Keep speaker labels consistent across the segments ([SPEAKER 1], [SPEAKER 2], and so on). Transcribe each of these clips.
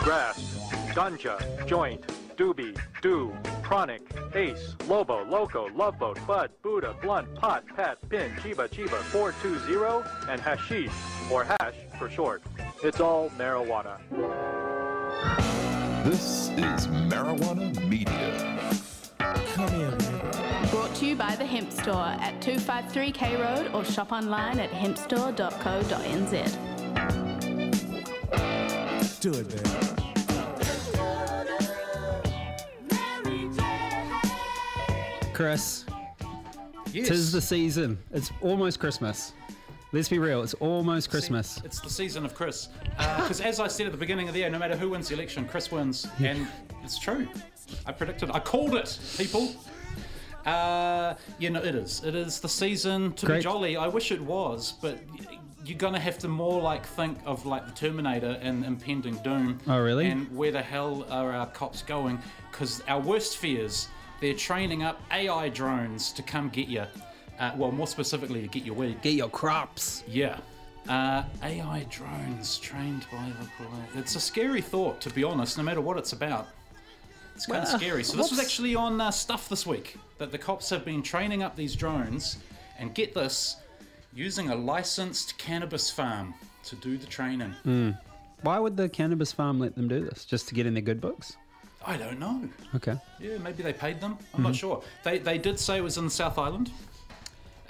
[SPEAKER 1] grass, ganja, joint, doobie, do, chronic, ace, lobo, loco, love boat, bud, Buddha, blunt, pot, pat, pin, chiba, chiba, 420, and hashish, or hash for short. It's all marijuana.
[SPEAKER 2] This is Marijuana Media.
[SPEAKER 3] Come here, man.
[SPEAKER 4] Brought to you by the Hemp Store at 253K Road or shop online at hempstore.co.nz.
[SPEAKER 3] Do it, man.
[SPEAKER 5] Chris,
[SPEAKER 6] Yes.
[SPEAKER 5] tis the season. It's almost Christmas. Let's be real, it's almost Christmas.
[SPEAKER 6] It's the season of Chris. Because as I said at the beginning of the year, no matter who wins the election, Chris wins. And it's true. I predicted. I called it, people. Uh, you know, it is. It is the season to
[SPEAKER 5] Great.
[SPEAKER 6] be jolly. I wish it was, but y- you're going to have to more like think of like the Terminator and impending doom.
[SPEAKER 5] Oh, really?
[SPEAKER 6] And where the hell are our cops going? Because our worst fears, they're training up AI drones to come get you. Uh, well, more specifically, to get your weed.
[SPEAKER 5] Get your crops.
[SPEAKER 6] Yeah. Uh, AI drones trained by the police. It's a scary thought, to be honest, no matter what it's about. It's kind of scary. So, this was
[SPEAKER 5] what's-
[SPEAKER 6] actually on uh, Stuff this week that the cops have been training up these drones, and get this, using a licensed cannabis farm to do the training.
[SPEAKER 5] Why would the cannabis farm let them do this? Just to get in their good books?
[SPEAKER 6] I don't know.
[SPEAKER 5] Okay.
[SPEAKER 6] Yeah, maybe they paid them. I'm not sure. They, they did say it was in the South Island,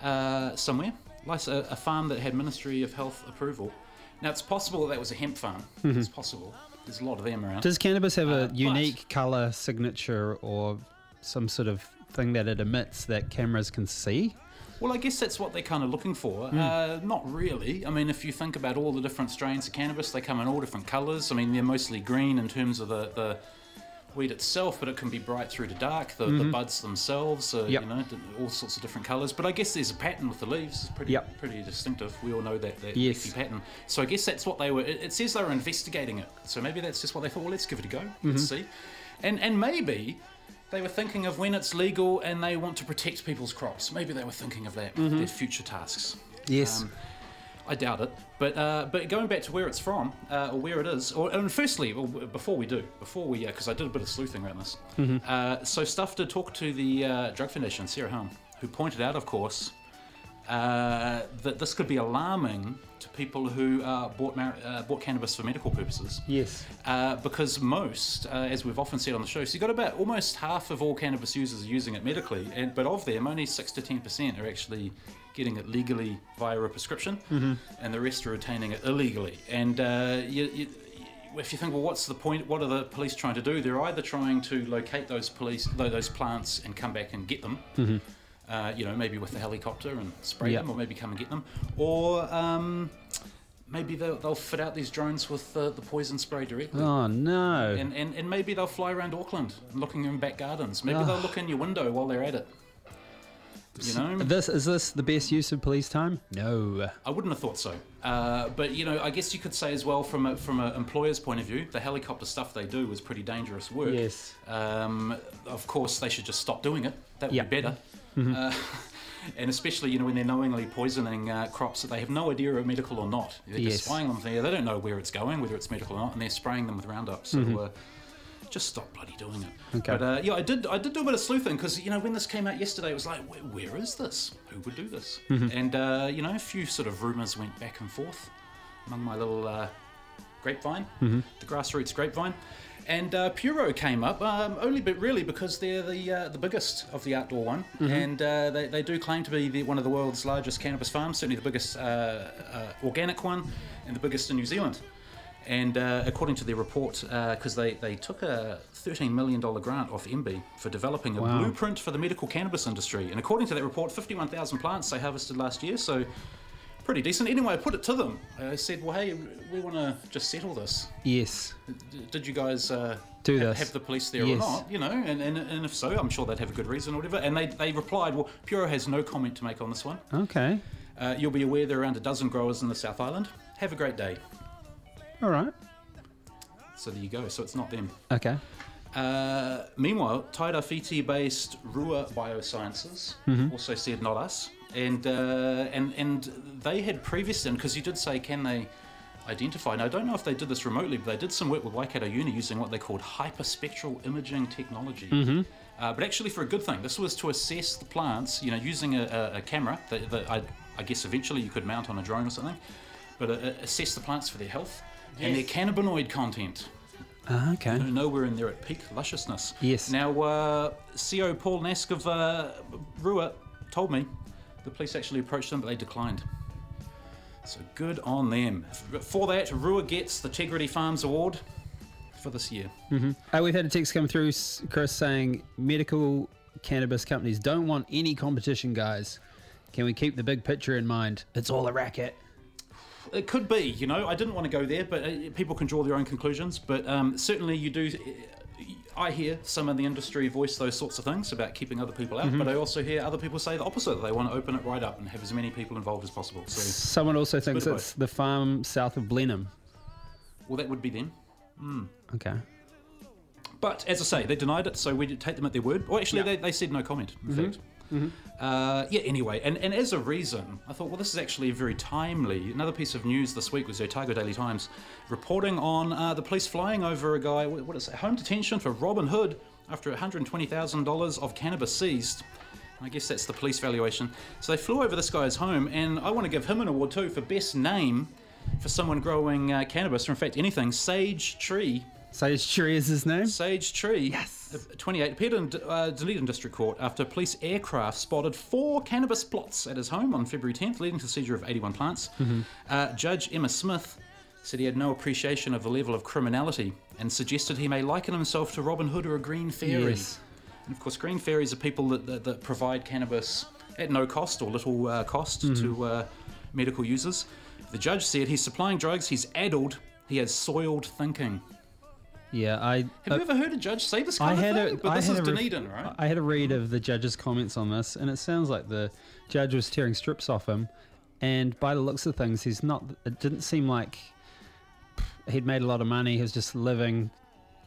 [SPEAKER 6] uh, somewhere, like a, a farm that had Ministry of Health approval. Now it's possible that, that was a hemp farm. It's possible. There's a lot of them around.
[SPEAKER 5] Does cannabis have
[SPEAKER 6] Uh,
[SPEAKER 5] a
[SPEAKER 6] but-
[SPEAKER 5] unique color signature or some sort of thing that it emits that cameras can see?
[SPEAKER 6] Well, I guess that's what they're kind of looking for.
[SPEAKER 5] Hmm.
[SPEAKER 6] Uh, not really. I mean, if you think about all the different strains of cannabis, they come in all different colours. I mean, they're mostly green in terms of the, the weed itself, but it can be bright through to dark. The, the buds themselves, are,
[SPEAKER 5] Mm-hmm. Yep.
[SPEAKER 6] you know, d- all sorts of different colours. But I guess there's a pattern with the leaves. It's pretty
[SPEAKER 5] Yep.
[SPEAKER 6] pretty distinctive. We all know that that
[SPEAKER 5] Yes.
[SPEAKER 6] leafy pattern. So I guess that's what they were. It, it says they were investigating it. So maybe that's just what they thought. Well, let's give it a go.
[SPEAKER 5] Mm-hmm.
[SPEAKER 6] Let's see. And and maybe they were thinking of when it's legal and they want to protect people's crops. Maybe they were thinking of that, their future tasks.
[SPEAKER 5] Mm-hmm.
[SPEAKER 6] Um,
[SPEAKER 5] Yes.
[SPEAKER 6] I doubt it. But uh, but going back to where it's from uh, or where it is, or and firstly, well, w- before we do, before we, because I did a bit of sleuthing around this.
[SPEAKER 5] Mm-hmm.
[SPEAKER 6] Uh, so stuff to talk to the uh, drug foundation, Sarah Helm, who pointed out, of course, uh, that this could be alarming to people who uh, bought mar- uh, bought cannabis for medical purposes.
[SPEAKER 5] yes.
[SPEAKER 6] Uh, because most, uh, as we've often said on the show, so you've got about almost half of all cannabis users are using it medically, and but of them, only 6 to 10% are actually getting it legally via a prescription, and the rest are obtaining it illegally. And uh, you, you, if you think, well, what's the point? What are the police trying to do? They're either trying to locate those police, tho- those plants, and come back and get them. Uh, you know, maybe with a helicopter and spray
[SPEAKER 5] Mm-hmm. Yeah.
[SPEAKER 6] them, or maybe come and get them, or um, maybe they'll, they'll fit out these drones with the, the poison spray directly.
[SPEAKER 5] Oh, no.
[SPEAKER 6] And, and, and maybe they'll fly around Auckland looking in back gardens. Maybe
[SPEAKER 5] Ah.
[SPEAKER 6] they'll look in your window while they're at it. You know?
[SPEAKER 5] this is this the best use of police time? No.
[SPEAKER 6] I wouldn't have thought so. Uh, but, you know, I guess you could say as well from a, from an employer's point of view, the helicopter stuff they do is pretty dangerous work.
[SPEAKER 5] Yes.
[SPEAKER 6] Um, of course, they should just stop doing it. That would
[SPEAKER 5] Yeah. Mm-hmm.
[SPEAKER 6] be better. Uh, and especially, you know, when they're knowingly poisoning uh, crops that they have no idea are medical or not. They're
[SPEAKER 5] Yes.
[SPEAKER 6] just spraying them there. They don't know where it's going, whether it's medical or not, and they're spraying them with Roundup. So
[SPEAKER 5] Mm-hmm.
[SPEAKER 6] uh, just stop bloody doing it.
[SPEAKER 5] Okay.
[SPEAKER 6] But uh, yeah, I did. I did do a bit of sleuthing because you know when this came out yesterday, it was like, where, where is this? Who would do this? And uh, you know, a few sort of rumours went back and forth among my little uh, grapevine, the grassroots grapevine. And uh, Puro came up um, only, but really because they're the uh, the biggest of the outdoor one, and uh, they, they do claim to be the, one of the world's largest cannabis farms, certainly the biggest uh, uh, organic one, and the biggest in New Zealand. And uh, according to their report, because they, they took a $13 million grant off MB for developing a
[SPEAKER 5] Wow.
[SPEAKER 6] blueprint for the medical cannabis industry. And according to that report, 51,000 plants they harvested last year, so pretty decent. Anyway, I put it to them. I said, well, hey, we want to just settle this.
[SPEAKER 5] Yes.
[SPEAKER 6] D- Did you guys uh,
[SPEAKER 5] Do
[SPEAKER 6] have,
[SPEAKER 5] this.
[SPEAKER 6] have the police there
[SPEAKER 5] Yes.
[SPEAKER 6] or not? You know, and, and, and if so, I'm sure they'd have a good reason or whatever. And they, they replied, well, Puro has no comment to make on this one.
[SPEAKER 5] Okay.
[SPEAKER 6] Uh, you'll be aware there are around a dozen growers in the South Island. Have a great day.
[SPEAKER 5] All right.
[SPEAKER 6] So there you go. So it's not them.
[SPEAKER 5] Okay.
[SPEAKER 6] Uh, meanwhile, Tairafiti based Rua Biosciences also said not us. And, uh, and, and they had previous, and because you did say, can they identify. And I don't know if they did this remotely, but they did some work with Waikato Uni using what they called hyperspectral imaging technology. Uh, but actually, for a good thing, this was to assess the plants. You know, using a, a, a camera that, that I, I guess eventually you could mount on a drone or something, but uh, uh, assess the plants for their health and their cannabinoid content.
[SPEAKER 5] Ah, okay.
[SPEAKER 6] No, nowhere in there at peak lusciousness.
[SPEAKER 5] Yes.
[SPEAKER 6] Now, uh, CO Paul Nask of uh, Rua told me the police actually approached them, but they declined. So good on them. For that, Rua gets the Tegrity Farms Award for this year.
[SPEAKER 5] Uh, we've had a text come through, s- Chris, saying medical cannabis companies don't want any competition, guys. Can we keep the big picture in mind? It's all a racket.
[SPEAKER 6] It could be, you know, I didn't want to go there, but uh, people can draw their own conclusions. But um, certainly, you do. uh, I hear some in the industry voice those sorts of things about keeping other people out, but I also hear other people say the opposite. that They want to open it right up and have as many people involved as possible. So,
[SPEAKER 5] Someone also thinks
[SPEAKER 6] bit of
[SPEAKER 5] it's the farm south of Blenheim.
[SPEAKER 6] well, that would be them.
[SPEAKER 5] Okay.
[SPEAKER 6] But as I say, they denied it, so we did take them at their word. Or actually, they, they said no comment, in fact. Uh, yeah, anyway, and, and as a reason, I thought, well, this is actually very timely. Another piece of news this week was the Otago Daily Times reporting on uh, the police flying over a guy, what what is it, home detention for Robin Hood after $120,000 of cannabis seized. I guess that's the police valuation. So they flew over this guy's home, and I want to give him an award too for best name for someone growing uh, cannabis, or in fact anything, Sage Tree.
[SPEAKER 5] Sage Tree is his name.
[SPEAKER 6] Sage Tree, yes. 28, appeared in uh, Dunedin District Court after police aircraft spotted four cannabis plots at his home on February 10th, leading to the seizure of 81 plants. Uh, Judge Emma Smith said he had no appreciation of the level of criminality and suggested he may liken himself to Robin Hood or a Green Fairy.
[SPEAKER 5] Yes.
[SPEAKER 6] And of course, Green Fairies are people that, that, that provide cannabis at no cost or little uh, cost to uh, medical users. The judge said he's supplying drugs, he's addled, he has soiled thinking.
[SPEAKER 5] Yeah, I. uh,
[SPEAKER 6] Have you ever heard a judge say this
[SPEAKER 5] I
[SPEAKER 6] kind of
[SPEAKER 5] had
[SPEAKER 6] thing?
[SPEAKER 5] a.
[SPEAKER 6] but
[SPEAKER 5] I
[SPEAKER 6] this
[SPEAKER 5] had
[SPEAKER 6] is
[SPEAKER 5] a re-
[SPEAKER 6] Dunedin, right?
[SPEAKER 5] I had a read of the judge's comments on this, and it sounds like the judge was tearing strips off him. And by the looks of things, he's not. It didn't seem like he'd made a lot of money. He was just living,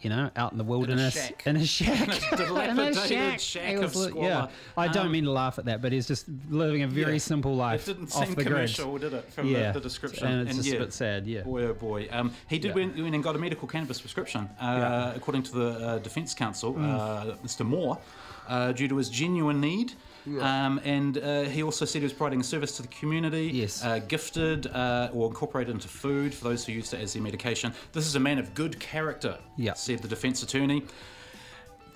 [SPEAKER 5] you know, out in the wilderness
[SPEAKER 6] shack.
[SPEAKER 5] in a shack.
[SPEAKER 6] Dilapidated shack,
[SPEAKER 5] It
[SPEAKER 6] of
[SPEAKER 5] was li-
[SPEAKER 6] squalor.
[SPEAKER 5] yeah, I don't
[SPEAKER 6] Um,
[SPEAKER 5] mean to laugh at that, but he's just living a very
[SPEAKER 6] yeah.
[SPEAKER 5] simple life
[SPEAKER 6] It didn't
[SPEAKER 5] off
[SPEAKER 6] seem
[SPEAKER 5] the grid.
[SPEAKER 6] commercial, did it? From the-
[SPEAKER 5] Yeah.
[SPEAKER 6] the, description,
[SPEAKER 5] And it's just a
[SPEAKER 6] yeah,
[SPEAKER 5] bit sad, yeah.
[SPEAKER 6] boy oh boy. Um, he did
[SPEAKER 5] Yeah.
[SPEAKER 6] went, went and got a medical cannabis prescription, uh, according to the uh, defence counsel,
[SPEAKER 5] Mm.
[SPEAKER 6] uh, Mr. Moore, uh, due to his genuine need. Um, and uh, he also said he was providing a service to the community.
[SPEAKER 5] Yes.
[SPEAKER 6] Uh, gifted uh, or incorporated into food for those who used it as their medication. This is a man of good character,
[SPEAKER 5] Yeah.
[SPEAKER 6] said the defence attorney.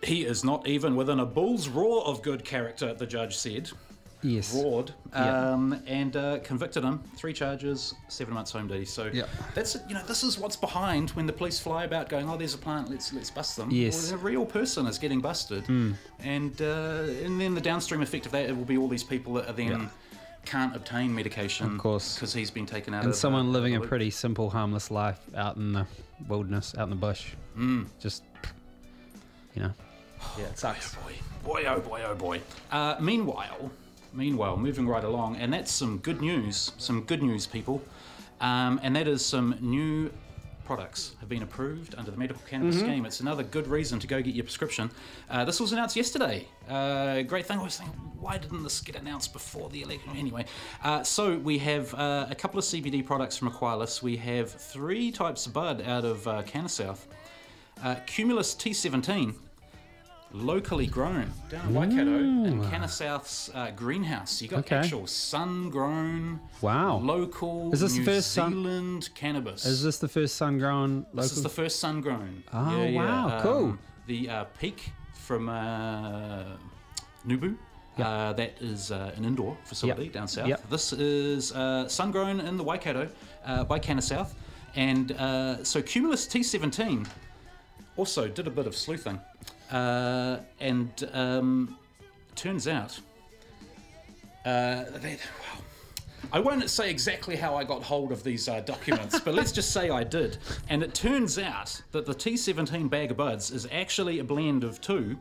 [SPEAKER 6] He is not even within a bull's roar of good character, the judge said.
[SPEAKER 5] Yes.
[SPEAKER 6] Roared
[SPEAKER 5] Yeah.
[SPEAKER 6] um, and uh, convicted him. Three charges, seven months home duty. So
[SPEAKER 5] Yeah.
[SPEAKER 6] that's you know this is what's behind when the police fly about going, oh, there's a plant, let's let's bust them.
[SPEAKER 5] Yes. Hmm.
[SPEAKER 6] well, a real person is getting busted, and uh, and then the downstream effect of that it will be all these people that are then can't obtain medication,
[SPEAKER 5] Of course.
[SPEAKER 6] because he's been taken out.
[SPEAKER 5] And
[SPEAKER 6] of,
[SPEAKER 5] someone
[SPEAKER 6] uh,
[SPEAKER 5] living
[SPEAKER 6] the
[SPEAKER 5] a
[SPEAKER 6] loop.
[SPEAKER 5] pretty simple, harmless life out in the wilderness, out in the bush.
[SPEAKER 6] Hmm.
[SPEAKER 5] Mm. Just, you know. Yeah, it sucks.
[SPEAKER 6] Boy, boy, oh boy, oh boy. Uh, meanwhile, meanwhile, moving right along, and that's some good news, some good news, people. Um, and that is some new products have been approved under the medical cannabis
[SPEAKER 5] Mm-hmm.
[SPEAKER 6] scheme. It's another good reason to go get your prescription. Uh, this was announced yesterday. Uh, great thing. I was thinking, why didn't this get announced before the election? Anyway, uh, so we have uh, a couple of CBD products from Aquilas. We have three types of bud out of uh, Canasouth. Uh, Cumulus T17, locally grown down in Waikato in Canasouth's uh, greenhouse. You got
[SPEAKER 5] Okay.
[SPEAKER 6] actual sun-grown,
[SPEAKER 5] Wow.
[SPEAKER 6] local
[SPEAKER 5] Is this
[SPEAKER 6] New
[SPEAKER 5] the first sun-
[SPEAKER 6] Zealand cannabis.
[SPEAKER 5] Is this the first sun grown local?
[SPEAKER 6] This is the first sun-grown.
[SPEAKER 5] Oh, wow, cool.
[SPEAKER 6] Um, The uh, peak from uh, Nubu. Uh, that is uh, an indoor facility
[SPEAKER 5] Yep.
[SPEAKER 6] down south.
[SPEAKER 5] Yep.
[SPEAKER 6] This is uh, sun-grown in the Waikato uh, by Canasouth. And uh, so Cumulus T17 also did a bit of sleuthing, uh, and um, turns out uh, that. Well, I won't say exactly how I got hold of these uh, documents, but let's just say I did. And it turns out that the T17 bag of buds is actually a blend of two,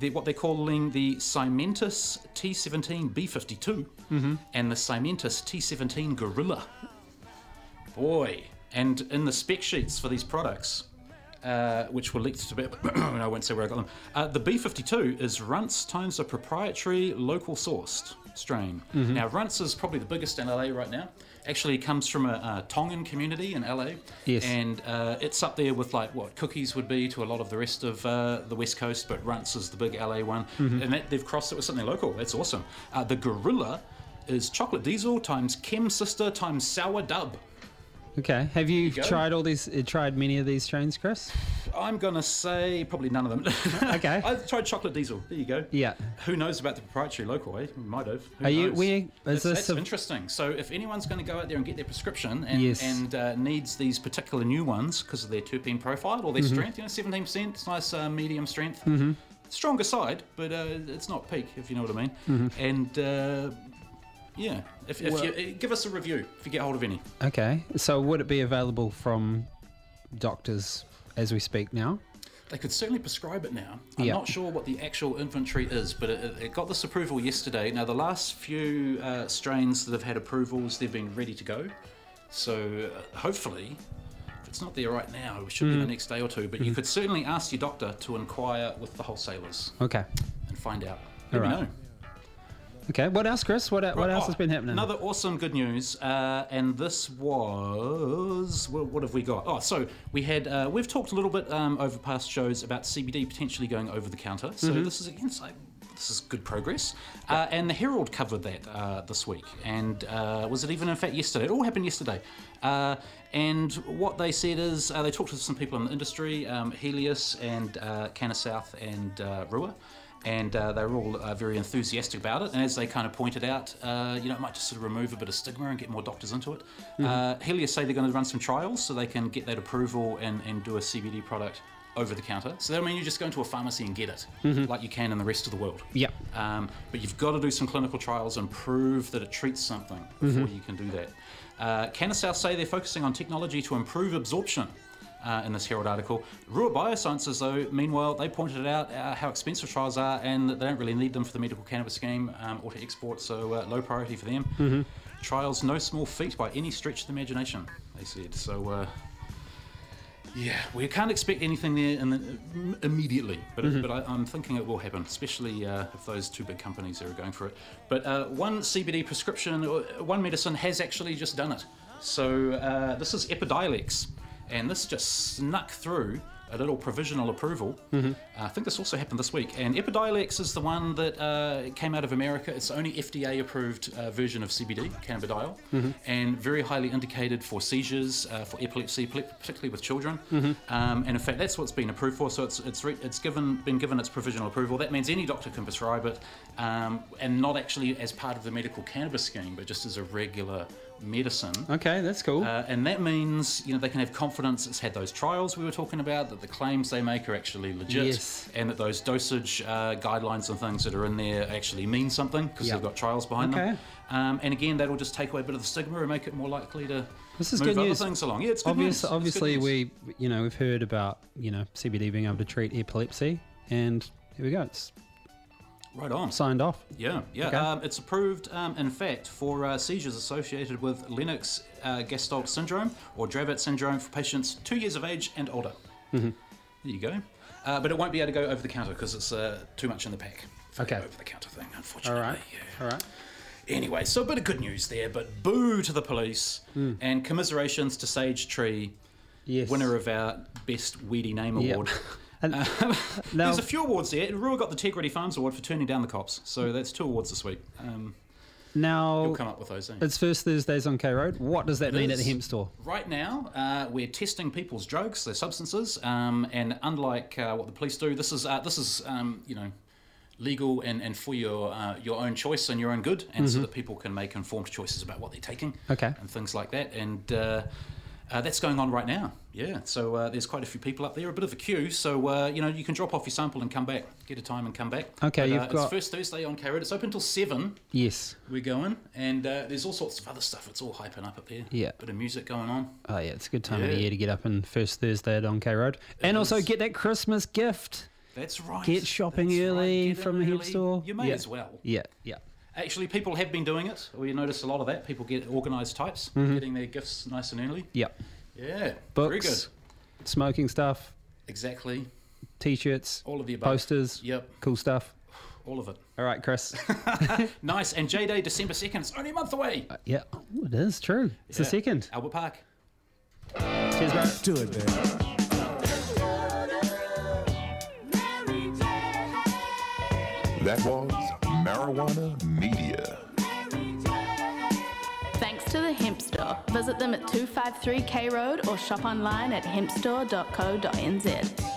[SPEAKER 6] the, what they're calling the Cimentus T17 B52 and the Cimentus T17 Gorilla. Boy. And in the spec sheets for these products, uh, which were leaked to bit. I won't say where I got them. Uh, the B52 is Runts times a proprietary local sourced strain. Now, Runts is probably the biggest in LA right now. actually comes from a, uh Tongan community in LA.
[SPEAKER 5] Yes.
[SPEAKER 6] And uh, it's up there with like what cookies would be to a lot of the rest of uh, the West Coast, but Runts is the big LA one. And that, they've crossed it with something local. That's awesome. Uh, the Gorilla is chocolate diesel times Chem Sister times Sour Dub.
[SPEAKER 5] Okay. Have you,
[SPEAKER 6] go.
[SPEAKER 5] tried all these? uh, Tried many of these trains, Chris?
[SPEAKER 6] I'm gonna say probably none of them.
[SPEAKER 5] Okay.
[SPEAKER 6] I've tried chocolate diesel. There you go.
[SPEAKER 5] Yeah.
[SPEAKER 6] Who knows about the proprietary local? Eh? We might have. Who
[SPEAKER 5] Are you-
[SPEAKER 6] knows?
[SPEAKER 5] we- is
[SPEAKER 6] That's-
[SPEAKER 5] this
[SPEAKER 6] that's
[SPEAKER 5] a-
[SPEAKER 6] interesting. So if anyone's going to go out there and get their prescription and,
[SPEAKER 5] Yes.
[SPEAKER 6] and uh, needs these particular new ones because of their terpene profile or their
[SPEAKER 5] Mm-hmm.
[SPEAKER 6] strength, you know, seventeen percent, it's nice uh, medium strength. Stronger side, but uh, it's not peak, if you know what I mean.
[SPEAKER 5] Mm-hmm.
[SPEAKER 6] And uh, yeah, if, if you, uh, give us a review if you get hold of any.
[SPEAKER 5] Okay. So would it be available from doctors as we speak now?
[SPEAKER 6] They could certainly prescribe it now. I'm
[SPEAKER 5] Yeah.
[SPEAKER 6] not sure what the actual inventory is, but it, it- it got this approval yesterday. Now, the last few uh, strains that have had approvals, they've been ready to go. So, uh, hopefully, if it's not there right now, it should be the
[SPEAKER 5] Hmm.
[SPEAKER 6] next day or two. But you could certainly ask your doctor to inquire with the wholesalers
[SPEAKER 5] Okay.
[SPEAKER 6] and find out. Let
[SPEAKER 5] All
[SPEAKER 6] me
[SPEAKER 5] right.
[SPEAKER 6] know.
[SPEAKER 5] Okay. What else, Chris? What what
[SPEAKER 6] Right,
[SPEAKER 5] else
[SPEAKER 6] oh,
[SPEAKER 5] has been happening?
[SPEAKER 6] Another awesome good news, uh, and this was what, what have we got? Oh, so we had uh, we've talked a little bit um, over past shows about CBD potentially going over the counter. So
[SPEAKER 5] Mm-hmm.
[SPEAKER 6] this is again, so this is good progress. Uh, and the Herald covered that uh, this week, and uh, was it even in fact yesterday? It all happened yesterday. Uh, and what they said is uh, they talked to some people in the industry, um, Helios and uh, Canna South and uh, Rua and uh, they were all uh, very enthusiastic about it. And as they kind of pointed out, uh, you know, it might just sort of remove a bit of stigma and get more doctors into it. Uh, Helios say they're going to run some trials so they can get that approval and, and do a CBD product over the counter. So that means you just go into a pharmacy and get it, like you can in the rest of the world.
[SPEAKER 5] Yep.
[SPEAKER 6] Um, but you've got to do some clinical trials and prove that it treats something before you can do that. Uh, Canisouth say they're focusing on technology to improve absorption. Uh, in this Herald article, Rua Biosciences, though, meanwhile, they pointed out uh, how expensive trials are and that they don't really need them for the medical cannabis scheme um, or to export, so uh, low priority for them. Trials, no small feat by any stretch of the imagination, they said. So, uh, yeah, we can't expect anything there and then immediately, but, but I, I'm thinking it will happen, especially uh, if those two big companies are going for it. But uh, one CBD prescription, or one medicine has actually just done it. So uh, this is Epidiolex, and this just snuck through a little provisional approval. Uh, I think this also happened this week. And Epidiolex is the one that uh, came out of America. It's the only FDA approved uh, version of CBD, cannabidiol, and very highly indicated for seizures, uh, for epilepsy, pl- particularly with children. Um, and in fact, that's what's been approved for. So it's it's, re- it's given been given its provisional approval. That means any doctor can prescribe it, um, and not actually as part of the medical cannabis scheme, but just as a regular medicine.
[SPEAKER 5] Okay, that's cool.
[SPEAKER 6] Uh, and that means you know they can have confidence it's had those trials we were talking about that the claims they make are actually legit
[SPEAKER 5] Yes.
[SPEAKER 6] and that those dosage uh, guidelines and things that are in there actually mean something because
[SPEAKER 5] Yeah.
[SPEAKER 6] they've got trials behind
[SPEAKER 5] Okay.
[SPEAKER 6] them um, and again that'll just take away a bit of the stigma and make it more likely to
[SPEAKER 5] This is
[SPEAKER 6] move
[SPEAKER 5] good
[SPEAKER 6] other
[SPEAKER 5] news.
[SPEAKER 6] things along yeah it's good news. It's
[SPEAKER 5] Obvious,
[SPEAKER 6] good
[SPEAKER 5] obviously,
[SPEAKER 6] news.
[SPEAKER 5] we you know we've heard about you know CBD being able to treat epilepsy, and here we go. It's
[SPEAKER 6] right on
[SPEAKER 5] signed off.
[SPEAKER 6] Yeah, yeah.
[SPEAKER 5] Okay.
[SPEAKER 6] Um, it's approved, um, in fact, for uh, seizures associated with Lennox uh, Gastaut syndrome or Dravet syndrome for patients two years of age and older.
[SPEAKER 5] Mm-hmm.
[SPEAKER 6] There you go. Uh, but it won't be able to go over the counter because it's uh, too much in the pack. for the
[SPEAKER 5] Okay.
[SPEAKER 6] Over the counter thing,
[SPEAKER 5] All
[SPEAKER 6] unfortunately.
[SPEAKER 5] right,
[SPEAKER 6] yeah.
[SPEAKER 5] all right.
[SPEAKER 6] Anyway, so a bit of good news there, but boo to the police and commiserations to Sage
[SPEAKER 5] Mm.
[SPEAKER 6] Tree,
[SPEAKER 5] Yes.
[SPEAKER 6] winner of our Best Weedy Name
[SPEAKER 5] Yep.
[SPEAKER 6] Award.
[SPEAKER 5] And now,
[SPEAKER 6] There's a few awards there. Rua got the Tegrity Farms Award for turning down the cops,
[SPEAKER 5] Mm.
[SPEAKER 6] so that's two awards this week. Um,
[SPEAKER 5] now
[SPEAKER 6] We'll come up with those. eh?
[SPEAKER 5] it's first Thursdays on K Road. What does that mean at the
[SPEAKER 6] is.
[SPEAKER 5] hemp store?
[SPEAKER 6] Right now, uh, we're testing people's drugs, their substances, um, and unlike uh, what the police do, this is uh, this is um, you know legal and, and for your uh, your own choice and your own good, and so that people can make informed choices about what they're taking,
[SPEAKER 5] Mm-hmm. Okay.
[SPEAKER 6] and things like that, and. Uh, uh, that's going on right now. Yeah, so uh, there's quite a few people up there, a bit of a queue. So uh, you know you can drop off your sample and come back, get a time and come back.
[SPEAKER 5] Okay,
[SPEAKER 6] But,
[SPEAKER 5] you've
[SPEAKER 6] uh,
[SPEAKER 5] got-
[SPEAKER 6] it's first Thursday on K Road. It's open till seven
[SPEAKER 5] Yes.
[SPEAKER 6] we're going, and uh, there's all sorts of other stuff. It's all hyping up up there.
[SPEAKER 5] Yeah.
[SPEAKER 6] bit of music going on.
[SPEAKER 5] Oh yeah, it's a good time of the
[SPEAKER 6] Yeah.
[SPEAKER 5] year to get up and first Thursday at on K Road, and also
[SPEAKER 6] is.
[SPEAKER 5] get that Christmas gift.
[SPEAKER 6] That's right.
[SPEAKER 5] Get shopping
[SPEAKER 6] That's right.
[SPEAKER 5] early
[SPEAKER 6] Get in
[SPEAKER 5] from the hemp
[SPEAKER 6] early.
[SPEAKER 5] store.
[SPEAKER 6] You may
[SPEAKER 5] Yeah.
[SPEAKER 6] as well.
[SPEAKER 5] Yeah, yeah.
[SPEAKER 6] Actually, people have been doing it. We notice a lot of that. People get organised types, getting their gifts nice and early.
[SPEAKER 5] Yeah.
[SPEAKER 6] Yeah. Very
[SPEAKER 5] Mm-hmm.
[SPEAKER 6] good.
[SPEAKER 5] Books, smoking stuff,
[SPEAKER 6] Exactly.
[SPEAKER 5] t-shirts,
[SPEAKER 6] All of the above.
[SPEAKER 5] posters,
[SPEAKER 6] Yep.
[SPEAKER 5] cool stuff.
[SPEAKER 6] all of it.
[SPEAKER 5] All right, Chris.
[SPEAKER 6] Nice. And J Day, December 2nd. It's only a month away.
[SPEAKER 5] yeah, Ooh, it is true. It's the
[SPEAKER 6] Yeah.
[SPEAKER 5] second.
[SPEAKER 6] Albert Park.
[SPEAKER 5] Cheers, bro.
[SPEAKER 3] Do it, man.
[SPEAKER 2] That was Marijuana Media.
[SPEAKER 4] Thanks to the Hemp Store. Visit them at 253K Road or shop online at hempstore.co.nz.